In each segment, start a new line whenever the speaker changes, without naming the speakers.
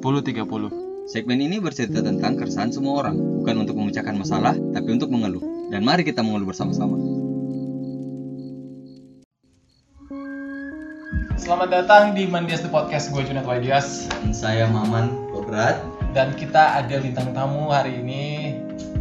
1030.
Segmen ini bercerita tentang keresahan semua orang, bukan untuk memecahkan masalah, tapi untuk mengeluh. Dan mari kita mengeluh bersama-sama.
Selamat datang di Mandias The Podcast, gue Junet Wadias
Dan saya Maman Kodrat.
Dan kita ada bintang tamu hari ini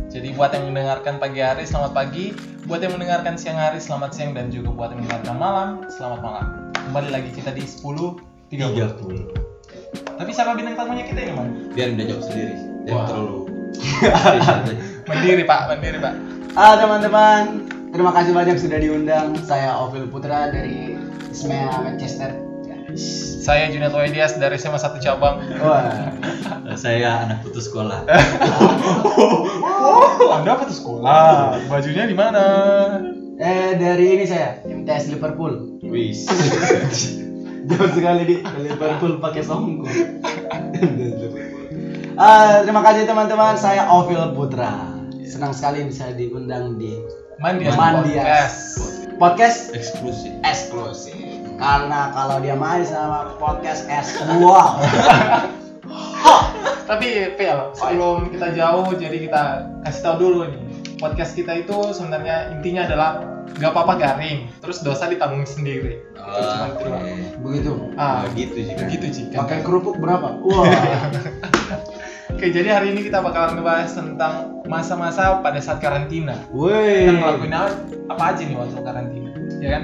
Jadi buat yang mendengarkan pagi hari, selamat pagi Buat yang mendengarkan siang hari, selamat siang Dan juga buat yang mendengarkan malam, selamat malam Kembali lagi kita di 10.30 Tapi siapa bintang tamunya kita ini, Man?
Biar udah jawab sendiri. Jangan
Wah.
terlalu.
Mandiri, Pak, mandiri, Pak
Halo teman-teman, terima kasih banyak sudah diundang. Saya Ovil Putra dari ISMEA Manchester. Ya.
Saya Junet Wadias dari SMA 1 Cabang
Wah,
saya anak putus sekolah.
Oh, Anda apa tuh sekolah? Bajunya di mana?
eh dari ini saya MTS Liverpool.
Wis.
Jauh sekali di ke Liverpool pakai songku. Ah, terima kasih teman-teman, saya Ovil Putra. Senang sekali bisa diundang di
Mandias,
Mandias.
Podcast.
podcast
Eksklusif.
eksklusif. Karena kalau dia main sama podcast es wow.
Tapi Pel, sebelum kita jauh, jadi kita kasih tahu dulu nih. Podcast kita itu sebenarnya intinya adalah nggak apa-apa garing, terus dosa ditanggung sendiri. Itu cuma itu doang.
Begitu.
Ah,
gitu sih kan.
begitu sih. kan.
Pakai kerupuk berapa? Kan Wah.
Oke, jadi hari ini kita bakalan ngebahas tentang masa-masa pada saat karantina.
Woi.
Kita ngelakuin apa- apa aja nih waktu karantina, ya kan?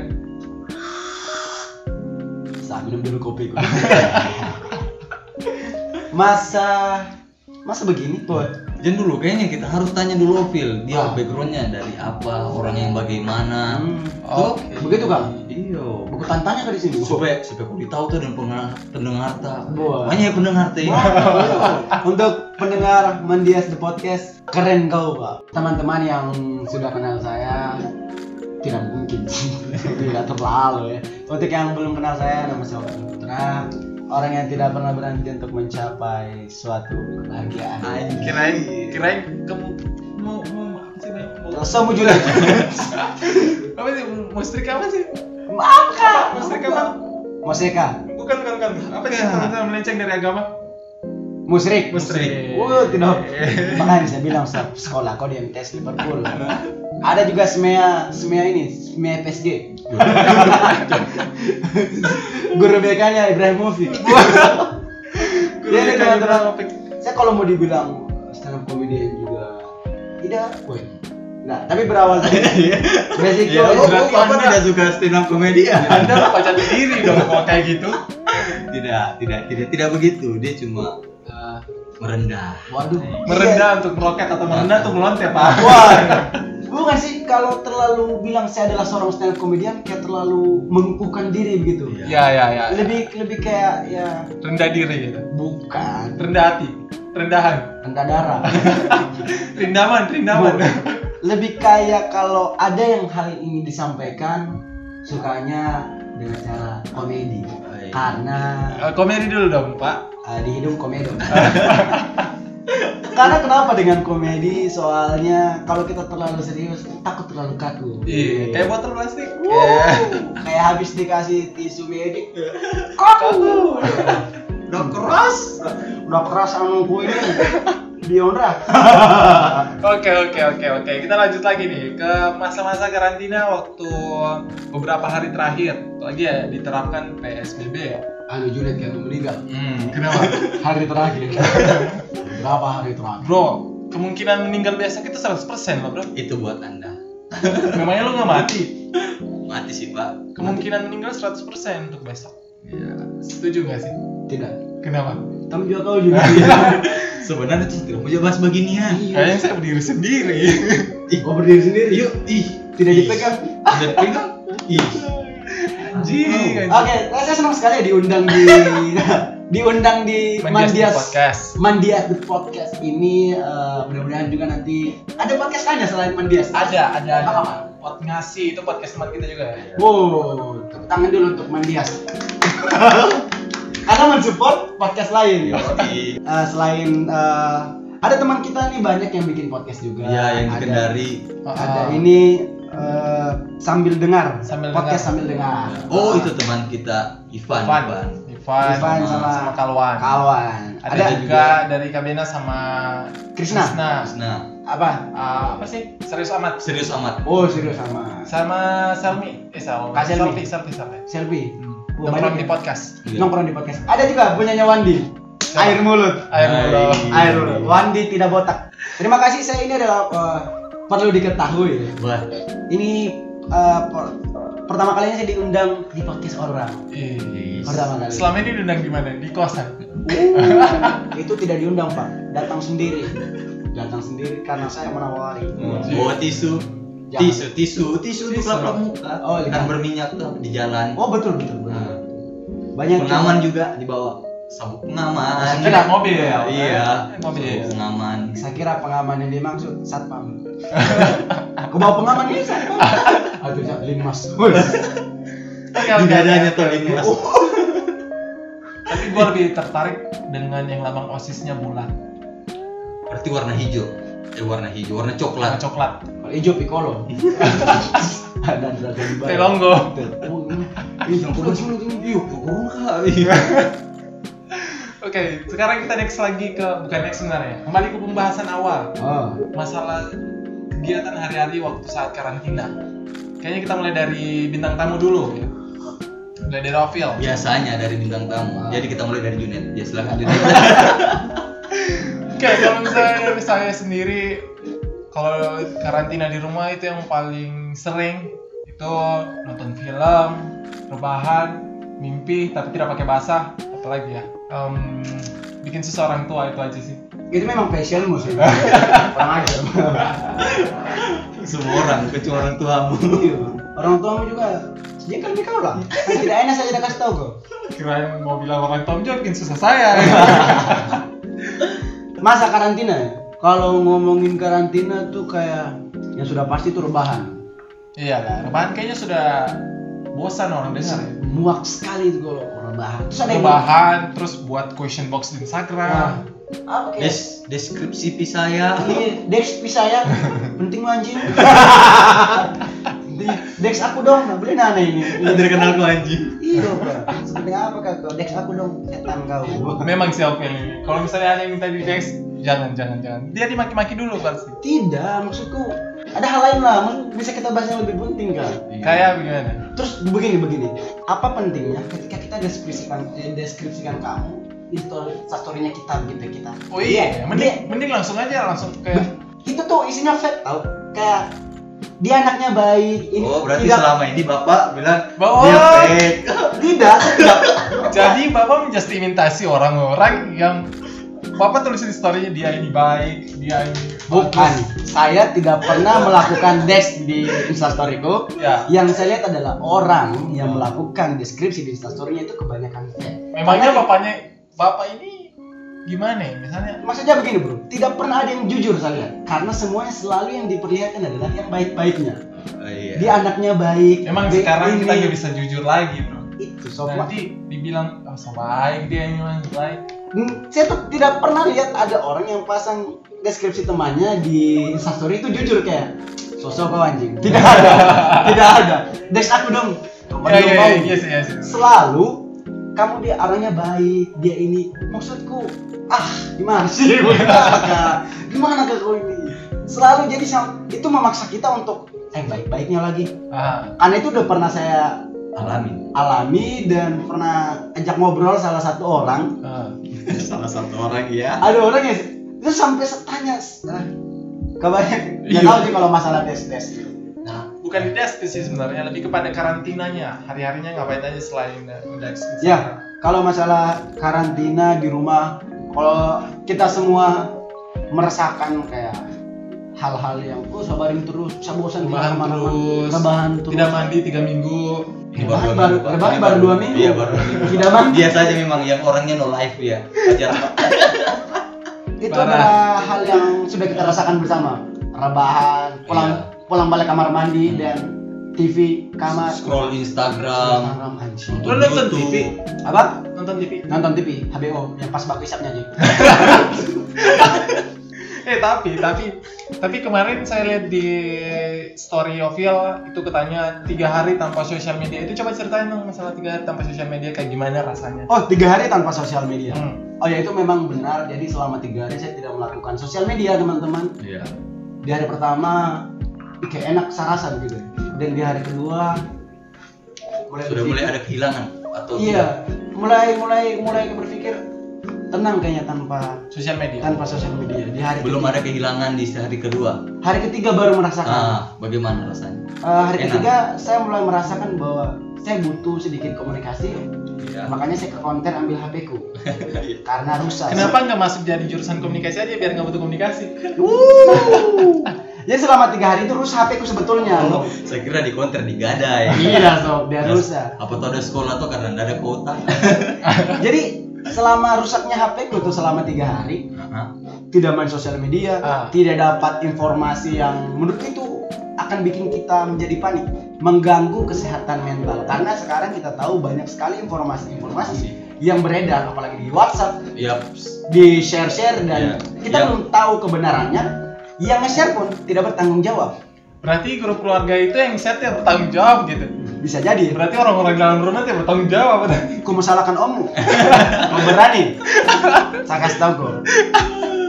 Sa, minum dulu kopi gue. masa masa begini tuh
Jangan dulu, kayaknya kita harus tanya dulu Opil.
Ah.
Dia
Hmm.
backgroundnya dari apa, orang yang bagaimana.
Oh,
begitu, Kang?
Iyo.
buku tantanya kan di sini
Supaya supaya aku ditahu tuh dan pendengar pendengar ta.
Wah.
Makanya ya pendengar ta.
Wah, Iya. untuk pendengar Mendias the podcast keren kau pak teman-teman yang sudah kenal saya tidak mungkin tidak terlalu ya untuk yang belum kenal saya nama saya Wahyu Putra orang yang tidak pernah berhenti untuk mencapai suatu kebahagiaan
Kirain, kirain kamu mau mau Iya. apa sih? Nel? Mau-
terus kamu juga
Apa sih? Musrik apa sih?
maaf kak
Musrik apa? Iya.
Moseka
Bukan, bukan, bukan. Apa sih? Kita melenceng dari agama.
Musrik.
Musrik.
Wah, tidak. Makanya saya bilang Ustaz, sekolah kau di MTS Liverpool. Ada juga SMEA, SMEA ini, SMEA PSG. Guru BK-nya Ibrahimovic.
Iya,
Jadi teman-teman, saya kalau mau dibilang stand up comedian juga tidak, woi. Nah, tapi berawal dari basic Oh,
Iya, lo
Berarti
apa
Anda-
tidak suka stand up komedian?
Anda mah pacar diri dong kalau kayak gitu.
tidak, tidak, tidak, tidak begitu. Dia cuma eh, merendah.
Waduh, Iya,
Merendah untuk meroket atau merendah untuk melontet, Pak.
Wah, bukan sih kalau terlalu bilang saya adalah seorang stand up comedian kayak terlalu mengukuhkan diri begitu.
Iya.
Ya, ya, ya.
Lebih lebih kayak ya
Rendah diri gitu.
bukan
Rendah hati. Rendahan.
rendah darah.
Rindaman, rindaman.
lebih kayak kalau ada yang hal ini disampaikan sukanya dengan cara komedi
Baik.
karena
Eh, Komedi dulu dong, Pak.
eh, di hidung komedo. karena kenapa dengan komedi? Soalnya kalau kita terlalu serius takut terlalu kaku.
Iya, kayak botol plastik. Iya.
Wow, kayak habis dikasih tisu medik kaku
Udah keras.
udah keras sama gue ini Diondra
Oke oke oke oke kita lanjut lagi nih ke masa-masa karantina waktu beberapa hari terakhir lagi ya diterapkan PSBB ya.
anu Junet kayak meninggal
Hmm kenapa?
hari terakhir berapa hari terakhir
bro kemungkinan meninggal besok itu 100% loh bro.
Itu buat anda.
Memangnya lu nggak mati?
Mati sih pak.
Kemungkinan meninggal 100% untuk besok. Iya. Setuju nggak sih?
tidak
Kenapa?
kamu juga tahu juga
Iya.
Sebenarnya tuh tidak mau bahas beginian.
Iya.
Kayaknya saya berdiri sendiri.
ih gue Oh, berdiri sendiri
Yuk, ih,
tidak
Ih.
dipegang
Tidak pegang. Ih.
Anjing.
oke saya senang sekali ya diundang di diundang di
Mandias
Mandias
podcast.
Mandias the podcast ini eh, mudah-mudahan juga nanti ada podcast lainnya selain Mandias
Ada ada ada.
Apa, Pak?
Pot ngasi itu podcast teman kita juga. ya?
Wow, tepuk tangan dulu untuk Mandias. Karena mensupport podcast lain.
Yoi.
Eh, selain
Iya,
eh, ada teman kita nih banyak yang bikin podcast juga.
Ya yang bikin
Ada-
dari
Ada ini eh, sambil dengar
Oh, Sambil
podcast
dengar.
sambil dengar
Oh itu teman kita Ivan.
Ivan,
Ivan.
Ivan,
Ivan
sama,
sama-
sama Kalwan.
Nah, kawan
Ada,
ada,
Ada
juga
juga.
dari Kabena sama
Krishna.
Nah
apa
Ah, apa sih? Serius amat.
serius amat.
oh serius sama
Sama Selmi. Eh, Selmi.
Kak Selmi.
Selvi, Selvi, Selvi.
selfie
Hmm.
Oh,
Nongkrong di
banyak ya?
podcast.
Iya.
nongkrong di podcast ada juga punyanya Wandi
Siapa?
air mulut
Air mulut.
air mulut Wandi tidak botak terima kasih saya ini adalah eh, perlu diketahui
Wah,
ini eh, per- pertama kalinya saya diundang di podcast orang
Ih.
yes.
pertama kali
Selama ini diundang di mana? Di kosan.
Uh, itu tidak diundang pak datang sendiri datang sendiri karena saya menawari
Hmm. Bawa tisu.
Jangan.
Tisu, tisu, tisu untuk
Tisu.
lap-lap muka.
Oh, iya.
kan berminyak tuh di jalan.
oh betul betul, betul.
Nah,
banyak
pengaman juga dibawa. Sabuk pengaman.
Kena mobil. ya? Eh,
Iya.
Mobil. ya?
Sabuk pengaman.
saya kira pengaman yang dimaksud satpam aku bawa pengaman ini satpam aduh ya, limas Wih.
Oke,
Di
oke,
dadanya
oke.
tuh ini mas.
Tapi gue lebih tertarik dengan yang lambang osisnya bulat,
Berarti warna hijau. Eh warna hijau, warna
warna
coklat.
coklat.
kalau hijau piccolo ada ada
Telonggo.
Iya, aku udah suruh ini. Iya,
Oh,
kok gua nggak? Iya.
Oke, sekarang kita next lagi ke bukan next sebenarnya. Kembali ke pembahasan awal
Oh,
masalah kegiatan hari-hari waktu saat karantina. Kayaknya kita mulai dari bintang tamu dulu. ya. Mulai dari Rofil.
Biasanya dari bintang
Wow.
tamu. Jadi kita mulai dari Junet. Ya silakan Junet.
Oke, kalau misalnya dari saya sendiri, kalau karantina di rumah itu yang paling sering itu nonton film, rebahan, mimpi tapi tidak pakai basah, apalagi ya. Em, bikin susah orang tua itu aja sih.
itu memang fashionmu sih. Orang aja.
Semua orang, kecuali orang tuamu.
Iya. Orang tuamu juga. Dia kan nikah orang. Kan tidak enak saja dah kasih tahu kau.
Kirain mau bilang orang Tom Jones bikin susah saya.
Masa karantina ya? Kalau ngomongin karantina tuh kayak yang sudah pasti tuh rebahan.
iya lah, rebahan kayaknya sudah bosan orang dengar ya.
Muak sekali itu kalau rebahan. Terus ada yang
Rebahan, terus buat question box di
Nah,
Instagram.
apa kayak?
Des deskripsi ya. pi saya.
Ini Dex bisa ya? Penting lu anjing. Di- Dex aku dong, nggak boleh nana ini.
Dari kenal anjing.
Iya, Pak. Seperti apa kau? Dex aku dong, setan kau.
Memang sih aku ini. Kalau misalnya ada yang minta di text, jangan jangan jangan. Dia dimaki-maki dulu pasti.
Tidak, maksudku ada hal lain lah. Maksud- Bisa kita bahas yang lebih penting kan?
Kayak gimana?
Terus begini begini, apa pentingnya ketika kita deskripsikan eh, deskripsikan kamu di story storynya kita gitu kita.
Oh iya,
Dia- dia-
mending mending langsung aja langsung kayak
itu tuh isinya fake tau, kayak dia anaknya baik. Ini
Oh berarti
tidak,
selama ini bapak bilang
Bawa.
dia fake. Oh,
tidak, tidak.
jadi bapak menjustifikasi orang-orang yang bapak tulis di storynya dia ini baik, dia ini
Bukan, saya tidak pernah melakukan desk di instastoryku.
Ya,
Yang saya lihat adalah orang yang melakukan deskripsi di instastorynya itu kebanyakan fake.
memangnya
Karena-
bapaknya bapak ini gimana ya? Misalnya
Maksudnya begini bro, tidak pernah ada yang jujur saya lihat. Karena semuanya selalu yang diperlihatkan adalah yang baik-baiknya.
Oh, iya.
dia anaknya baik
memang
dia
sekarang kita
ini.
nggak bisa jujur lagi, Bro. Nah,
itu sob
Nanti dibilang oh, so baik dia ini mah baik.
Hmm, saya tuh tidak pernah lihat ada orang yang pasang deskripsi temannya di instastory itu jujur kayak sosok kau anjing tidak ada tidak ada Dex aku dong Kapan
Iya
lu
iya
mau?
iya sih, iya sih.
selalu kamu dia orangnya baik dia ini maksudku ah gimana sih gimana kak gimana kak kau ini selalu jadi sam- itu memaksa kita untuk yang baik-baiknya lagi
Ah,
karena itu udah pernah saya
Alami.
alami dan pernah ajak ngobrol salah satu orang.
ah.
Salah satu orang ya.
Ada orang yang itu sampai tanya, "Ah, kabarnya
Iya.
nggak tahu sih kalau masalah tes tes. Nah,
bukan di desk sih sebenarnya, lebih kepada karantinanya. Hari-harinya ngapain aja selain eh, dari
ya kalau masalah karantina di rumah, kalau kita semua merasakan kayak hal-hal yang oh sabarin terus, saya bosan
Rebahan
kemana-mana."
terus.
rebahan terus,
tidak mandi tiga minggu
Rebahan baru- rebahan
Ini
baru dua minggu.
Iya baru dua minggu.
tidak mandi.
Dia saja memang yang orangnya no life ya. Ajar
itu
Parah.
adalah hal yang sudah kita rasakan bersama rebahan pulang
Iya.
pulang balik kamar mandi
Hmm.
dan TV kamar
scroll Instagram.
Instagram, anjing.
Lu nonton
YouTube.
TV?
apa
nonton TV
nonton TV HBO yang pas baku isapnya aja
eh tapi tapi tapi kemarin saya lihat di story Yoviel itu katanya tiga hari tanpa sosial media itu coba ceritain dong masalah tiga hari tanpa sosial media kayak gimana rasanya
Oh, tiga hari tanpa sosial media.
Hmm.
Oh ya itu memang benar. Jadi selama tiga hari saya tidak melakukan sosial media teman-teman.
Iya.
Di hari pertama kayak enak sarasan gitu. Dan di hari kedua mulai
Sudah
berpikir-
mulai ada kehilangan atau
Iya, mulai mulai mulai berpikir tenang kayaknya tanpa
sosial media
tanpa sosial media di hari
tidak? belum
ketiga.
ada kehilangan di hari kedua.
hari ketiga baru merasakan.
Ah, bagaimana rasanya?
Eh, hari
enak.
ketiga saya mulai merasakan bahwa saya butuh sedikit komunikasi, makanya saya ke konten ambil HP-ku
Iya.
karena rusak.
kenapa nggak masuk jadi jurusan komunikasi aja biar nggak butuh komunikasi
Wuh. Uh. Jadi selama tiga hari itu rusak HP-ku sebetulnya.
Oh, saya kira di konter digadai.
Iya, sob, dia rusak.
Apa tuh ada sekolah tuh karena nggak ada kuota?
Jadi selama rusaknya HP-ku tuh selama tiga hari,
Nah,
tidak main sosial media,
Ah.
tidak dapat informasi yang menurut itu akan bikin kita menjadi panik, mengganggu kesehatan mental. Karena sekarang kita tahu banyak sekali informasi-informasi yang beredar, apalagi di WhatsApp,
Iya.
di share-share dan
Iya.
kita
Iya.
belum tahu kebenarannya. Yang nge-share pun tidak bertanggung jawab.
berarti grup keluarga itu yang setnya bertanggung jawab gitu
Bisa jadi
berarti orang-orang di dalam rumah itu yang bertanggung jawab
ku masalahkan ommu, kau berani. Saya kasih tahu kau.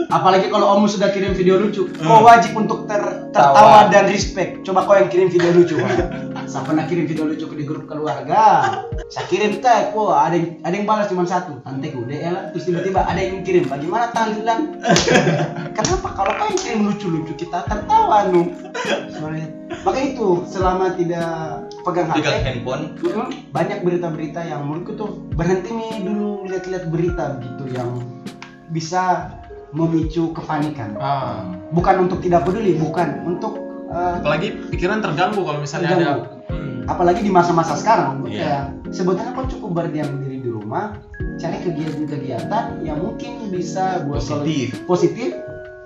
Apalagi kalau ommu sudah kirim video lucu, kau wajib untuk ter- tertawa
Tawa.
dan respect. Coba kau yang kirim video lucu. Wak. Saya pernah kirim video lucu ke di grup keluarga. Saya kirim tag, wah ada yang ada yang balas cuma satu. Nanti gue DL, terus tiba-tiba ada yang kirim. Bagaimana tahlilan? Kenapa kalau kau yang kirim lucu-lucu kita tertawa nu? Soalnya- Maka itu selama tidak pegang HP,
Pegang handphone.
Mm-mm. banyak berita-berita yang menurutku tuh berhenti nih dulu lihat-lihat berita gitu yang bisa memicu kepanikan
ah.
bukan untuk tidak peduli bukan untuk eh,
apalagi pikiran terganggu kalau misalnya
Terganggu.
ada Hmm.
apalagi di masa-masa sekarang
Iya.
ya sebetulnya kok cukup berdiam diri di rumah cari kegiatan-kegiatan yang mungkin bisa buat kau
Positif.
lebih- positif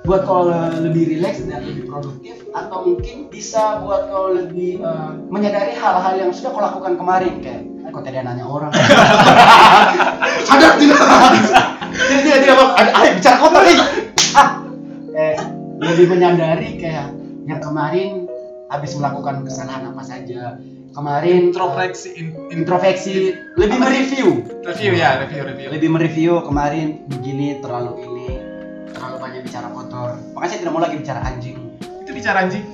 buat kau le- lebih rileks dan lebih produktif atau mungkin bisa buat kau lebih eh, menyadari hal-hal yang sudah kau lakukan kemarin kayak "Ah, kau tadi nanya orang sadar tidak jadi tidak tidak Bang. ada ada yang bicara kotor nih ah eh, lebih menyadari kayak yang kemarin habis melakukan kesalahan apa saja kemarin eh,
introspeksi in-
introspeksi lebih mereview
review ya review review
lebih mereview kemarin begini terlalu ini terlalu banyak bicara kotor makanya saya tidak mau lagi bicara anjing
itu bicara anjing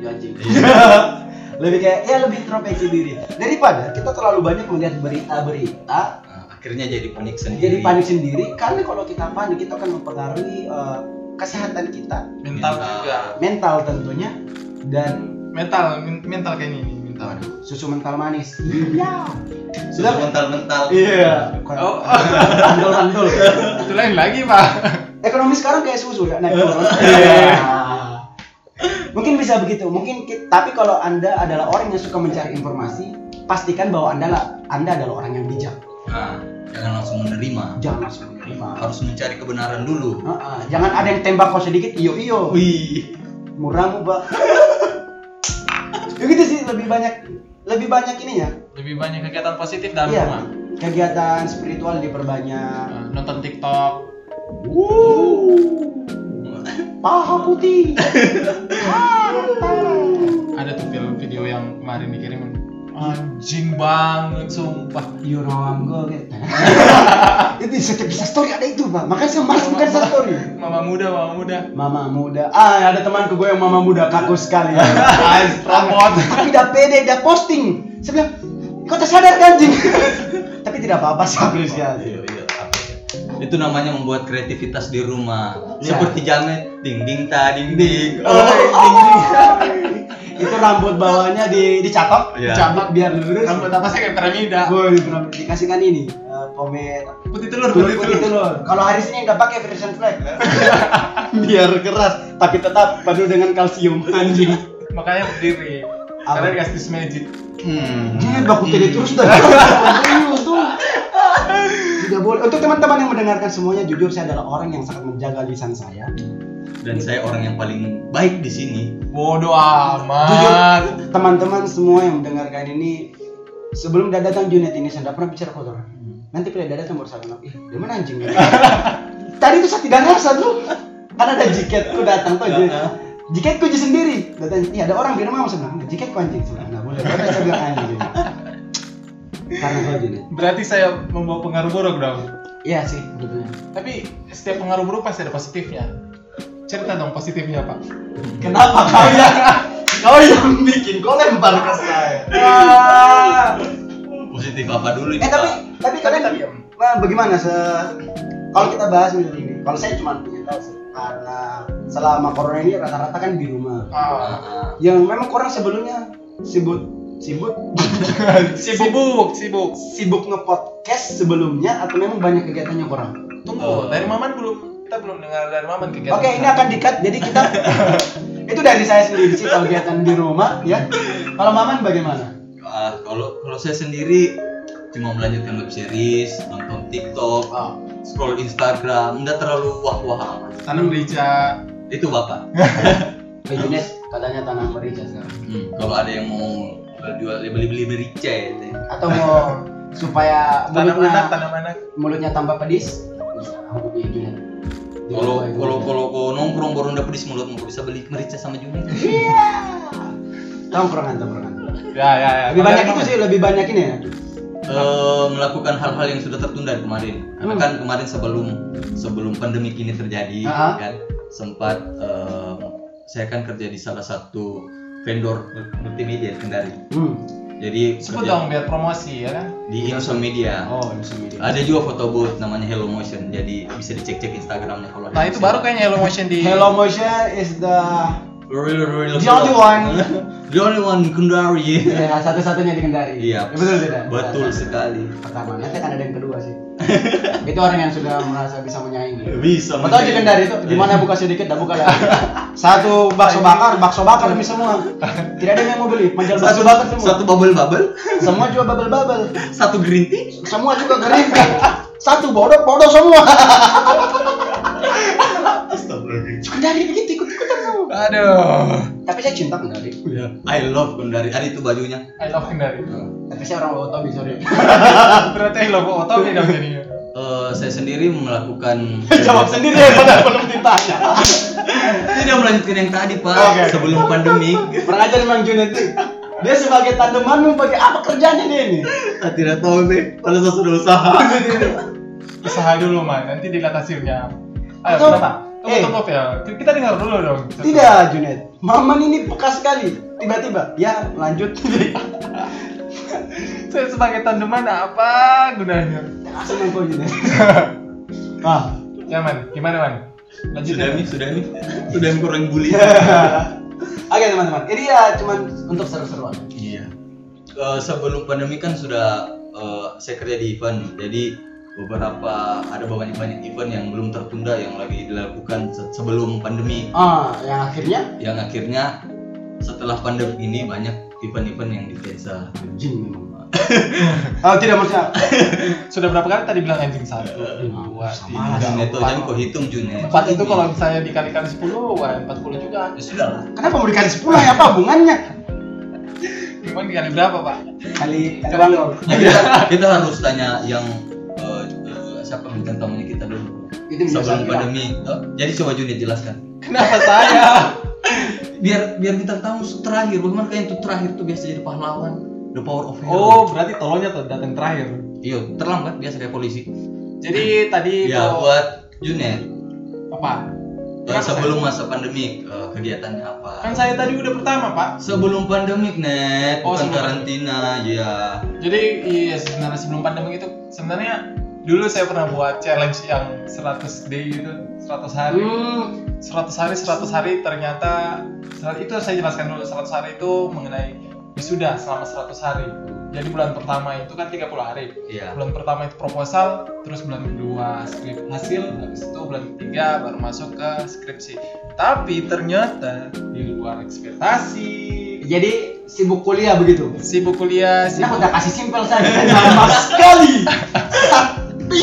ya anjing
Iya.
lebih kayak ya lebih introspeksi diri daripada kita terlalu banyak melihat berita-berita
Nah, akhirnya jadi panik
jadi
sendiri.
panik sendiri karena kalau kita panik itu akan mempengaruhi eh, kesehatan kita
mental
Mental.
juga
mental tentunya dan
mental men- mental kayaknya ini mental
susu mental manis iya
Sudah mental-mental.
iya
Oh.
oh. andol andol
itu lain lagi pak
ekonomi sekarang kayak susu ya naik turun
Iya.
mungkin bisa begitu mungkin ki- tapi kalau anda adalah orang yang suka mencari informasi pastikan bahwa anda lah anda adalah orang yang bijak
Nah, jangan langsung menerima.
jangan langsung menerima
Harus mencari kebenaran dulu.
Heeh, jangan ada yang tembak kau sedikit iyo iyo
Wih.
murahmu pak ya gitu sih lebih banyak lebih banyak ininya
lebih banyak kegiatan positif dalam
iya
rumah
kegiatan spiritual diperbanyak
Nah, nonton TikTok
Wuh. paha putih Ah,
ada tuh film video yang kemarin dikirim anjing banget sumpah
you know I'm good itu setiap bisa story ada itu pak makanya saya malas bukan Insta story
mama muda mama muda
mama muda ah ada temanku gue yang mama muda kaku sekali ya
Guys, robot
tapi udah pede udah posting saya bilang kau tak sadar kan anjing tapi tidak apa-apa sih apresiasi
Iya, iya, apa ya? Itu namanya membuat kreativitas di rumah.
Iya.
Seperti jamet ding ding ta ding ding.
Oh, itu rambut bawahnya di dicatok,
Iya.
dicatok biar lurus.
rambut apa saya kayak piramida
Gue dikasihkan ini, eh, pomade
putih telur
kulit
putih
kulit
telur
telur. Kalau hari Senin udah pakai version flag. biar keras, tapi tetap penuh dengan kalsium anjing.
makanya berdiri
Apa?
karena dikasih magic
Hmm.
Jadi baku tele
Hmm.
terus dah. Aduh, tuh. Tidak boleh. Untuk teman-teman yang mendengarkan semuanya, jujur saya adalah orang yang sangat menjaga lisan saya.
Dan saya orang yang paling baik di sini.
bodoh
Jujur,
amat
teman-teman semua yang mendengarkan ini sebelum dia datang Junet ini saya tidak pernah bicara kotor. Nanti pilih dia datang baru saya bilang, ih, dia mana anjing? Tadi itu saya tidak rasa tuh. kan ada jiketku datang tuh jadi jiketku aja sendiri datang iya ada orang di rumah mas bilang jiketku anjing sebelah nggak boleh karena saya bilang anjing karena kau gini
Berarti saya membawa pengaruh buruk dong.
iya sih sebetulnya
Tapi setiap pengaruh buruk pasti ada positifnya. Cerita dong positifnya pak.
Kenapa kau ya? yang kau yang bikin kau lempar ke saya?
Positif apa dulu ini?
eh tapi
Pak?
tapi kalian nah, bagaimana se kalau kita bahas mengenai ini? Kalau saya cuma punya tahu sih karena selama corona ini rata-rata kan di rumah.
Ah.
Ah,
Yang memang kurang sebelumnya sibuk sibuk
Sibuk, sibuk.
sibuk ngepodcast sebelumnya atau memang banyak kegiatannya kurang?
Tunggu, dari Maman belum kita belum dengar dari Maman kegiatan.
Oh. Oke, ini akan dikat. Jadi kita itu dari saya sendiri sih kegiatan di rumah ya. Kalau Maman bagaimana?
ah, kalau kalau saya sendiri cuma melanjutkan web series, nonton TikTok,
Ah.
Oh.
scroll Instagram, nggak terlalu wah-wah amat.
tanam merica.
Itu bapak.
Bikinnya katanya tanam merica sekarang.
Hmm, kalau ada yang mau jual beli-beli merica ya, teh.
Atau mau supaya
Tanam anak,
mulutnya
tanam anak.
mulutnya tambah pedis? Bisa, hubungi Junet. Junet
Kalau
Iya,
boy,
kalau
Junet.
kalau kalau nongkrong baru udah pedis mulut mau bisa beli merica sama Juni.
Iya. Tongkrongan, tongkrongan.
Ya ya ya.
Lebih banyak itu sih, lebih banyak ini ya.
Eh, melakukan hal-hal yang sudah tertunda kemarin. Karena
Hmm.
kan kemarin sebelum sebelum pandemi ini terjadi
Ah.
kan sempat eh, saya kan kerja di salah satu vendor multimedia kendari.
Hmm.
Jadi
Sebut
kerja
dong biar promosi ya kan.
di Insom Media.
Oh, ini sendiri.
Ada juga foto booth namanya Hello Motion. Jadi bisa dicek-cek Instagramnya kalau
Nah itu baru kayaknya Hello Motion di
Hello Motion is the
Real, real,
The only one.
The only one kendari.
ya, satu-satunya di Kendari.
Iya.
Ya, betul tidak? Satu-satunya.
Betul sekali.
pertama nanti kan ada yang kedua sih itu orang yang sudah merasa bisa menyaingi
Bisa.
Betul aja
menjadi-
kendari itu gimana buka sedikit dah buka dah satu bakso bakar bakso bakar demi semua tidak ada yang mau beli menjual bakso
Satu
bakar
bubble,
semua
satu bubble bubble,
semua juga bubble bubble
satu green tea.
semua juga gerimis satu bodoh bodoh semua
Astagfirullah.
kendari begitu ikut ikutan semua
Aduh.
tapi saya cinta kendari
Iya. I love kendari. Ada itu bajunya.
I love Kendari.
tapi saya orang bawa tobi sorry
Berarti I love Otomi dong jadinya.
Eh, saya sendiri melakukan
jawab sendiri ya padahal belum ditanya
tidak melanjutkan yang tadi pak
Oke.
sebelum pandemi
kurang ajar memang Junet dia sebagai tandemanmu bagi apa kerjanya dia ini
saya tidak tahu sih pada saya sudah usaha
Usaha dulu man, nanti dilihat hasilnya. Ayo
Betul.
kenapa? Tunggu
Eh.
tunggu ya. Ki- Kita dengar dulu dong.
Tidak, Junet. Maman ini peka sekali. Tiba-tiba, ya lanjut.
Saya sebagai tandeman apa gunanya?
Asal kau Junet. Ah,
Ya man, gimana man? Lanjut ya.
sudah nih sudah nih sudah nih kurang bully
oke teman-teman. Ini ya cuman untuk seru-seruan.
iya Eh, sebelum pandemi kan sudah eh, saya kerja di event jadi beberapa ada banyak banyak event yang belum tertunda yang lagi dilakukan se- sebelum pandemi
Ah, yang akhirnya
yang akhirnya setelah pandemi ini banyak event-event yang di desa
anjing memang. Oh tidak maksudnya.
Sudah berapa kali tadi bilang anjing satu? Dua,
Sama
tiga,
Junet
empat.
jangan kau hitung Junet
Empat itu kalau misalnya dikali-kali sepuluh, wah empat puluh juga.
ya sudah lah
Kenapa mau dikali sepuluh? Ya, apa hubungannya?
Cuman dikali berapa pak?
Kali kali bang.
Nah, kita, kita harus tanya yang eh, eh, siapa bintang tamunya kita dulu
Itu bisa
sebelum
saya bilang.
pandemi. Eh, jadi coba Juni jelaskan.
Kenapa saya?
Biar biar bintang tamu terakhir. Bagaimana kayak itu terakhir tuh biasa jadi pahlawan. The power of hero.
Oh berarti tolongnya tuh datang terakhir.
Iya, terlambat biasa kayak polisi.
Jadi tadi
Ya
kalau
buat Junet.
apa?
eh,
Kenapa
sebelum masa pandemi eh, kegiatannya apa?
Kan saya tadi udah pertama pak.
Sebelum pandemik, Net.
Oh,
bukan
sebelum-
karantina, ya.
Jadi iya sebenarnya sebelum pandemi itu sebenarnya dulu saya pernah buat challenge yang 100 day itu 100 hari.
Hmm,
100 hari 100 hari ternyata ser- itu saya jelaskan dulu 100 hari itu mengenai wisuda selama 100 hari jadi bulan pertama itu kan 30 hari
Ya.
Iya.
bulan pertama itu proposal terus bulan kedua skrip hasil habis itu bulan ketiga baru masuk ke skripsi tapi ternyata di luar ekspektasi
jadi sibuk kuliah begitu.
sibuk kuliah
Kenapa
sibuk
udah kasih simpel saja? Sama sekali. Tapi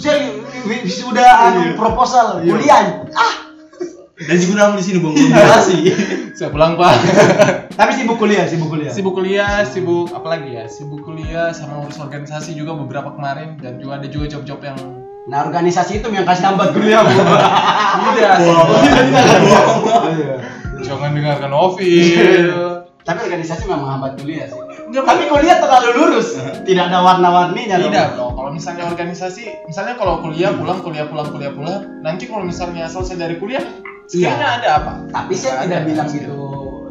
saya w- w- sudah anu proposal
Iya.
kuliah. Ah,
Dan si Gunawan di sini, Bang. Durasi.
saya pulang pak
tapi sibuk kuliah, sibuk kuliah.
sibuk kuliah sibuk apa lagi ya sibuk kuliah sama urus organisasi juga beberapa kemarin dan juga ada juga job-job yang
Nah organisasi itu yang kasih ya, tambah kuliah gua.
Tidak.
Iya.
Jangan dengarkan Ovil.
Tapi organisasi memang hambat kuliah sih.
Enggak,
Tapi kuliah terlalu lurus, tidak ada warna-warninya. dong.
Tidak Iya dong, kalau misalnya organisasi, misalnya kalau kuliah pulang, kuliah pulang, kuliah pulang, nanti kalau misalnya selesai dari kuliah,
Iya.
sekiranya ada apa?
Tapi
Ada,
saya tidak
ada.
bilang gitu,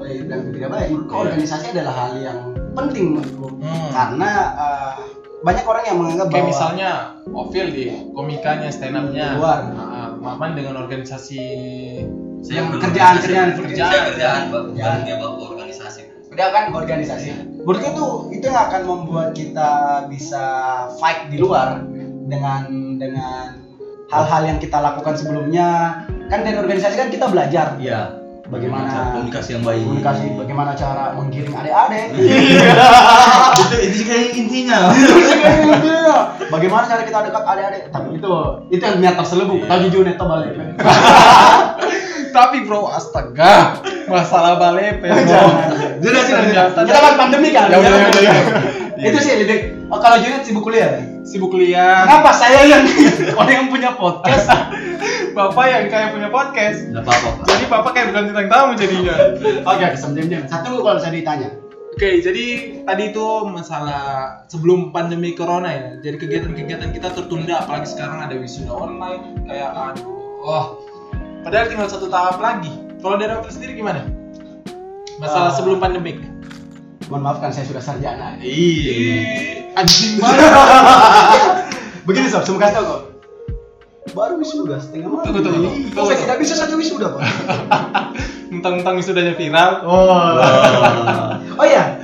eh, bilang itu tidak baik. Menurutku
Iya.
organisasi adalah hal yang penting menurutku.
Hmm.
Karena eh, banyak orang yang menganggap
Kayak
bahwa
misalnya Ovil di komikanya, stand up-nya,
Luar.
Ah, Maman dengan organisasi
Saya belum
Kerjaan,
organisasi.
kerjaan,
kerjaan.
Saya kerjaan, Pak.
Kerjaan.
Bukan dia bawa organisasi.
Udah kan organisasi.
Iya.
Menurutku itu itu yang akan membuat kita bisa fight di luar dengan dengan hal-hal yang kita lakukan sebelumnya. Kan dari organisasi kan kita belajar
Iya.
Bagaimana?
cara komunikasi yang baik?
komunikasi bagaimana cara menggiring adik-adik.
Iya.
itu Ah, itu juga yang intinya.
bagaimana cara kita dekat adik-adik? Tapi itu itu yang niat terselubung.
Iya.
Tahu jujur neto balik.
Iya. Tapi bro, astaga, masalah balepe bro.
Jangan.
Sudah, sudah, sudah.
Iya. Kita kan pandemi kan. Iya.
Ya udah, ya udah, ya udah.
Itu sih lebih. Oh, kalau Junet sibuk kuliah.
Sibuk kuliah,
Kenapa saya yang orang yang punya podcast?
bapak yang kayak punya podcast.
Enggak apa-apa, Pak.
Jadi bapak kayak bukan bintang tamu jadinya.
Oke, oke, diam diam. Satu kalau saya ditanya.
Oke, jadi tadi itu masalah sebelum pandemi corona ya. Jadi kegiatan-kegiatan kita tertunda, apalagi sekarang ada wisuda online, kayak aduh, oh. Padahal tinggal satu tahap lagi. Kalau dari Rafael sendiri gimana? Masalah
Ah.
sebelum pandemik.
Mohon maafkan saya sudah sarjana.
Iya.
Anjing banget.
Begini sob, semua kasih tau kok. Baru wisuda setengah malam.
Tunggu, tunggu, tunggu. Tunggu,
Iya, saya
tunggu.
tidak bisa satu wisuda, Pak.
Mentang-mentang wisudanya viral.
Oh.
Wah.
Oh ya,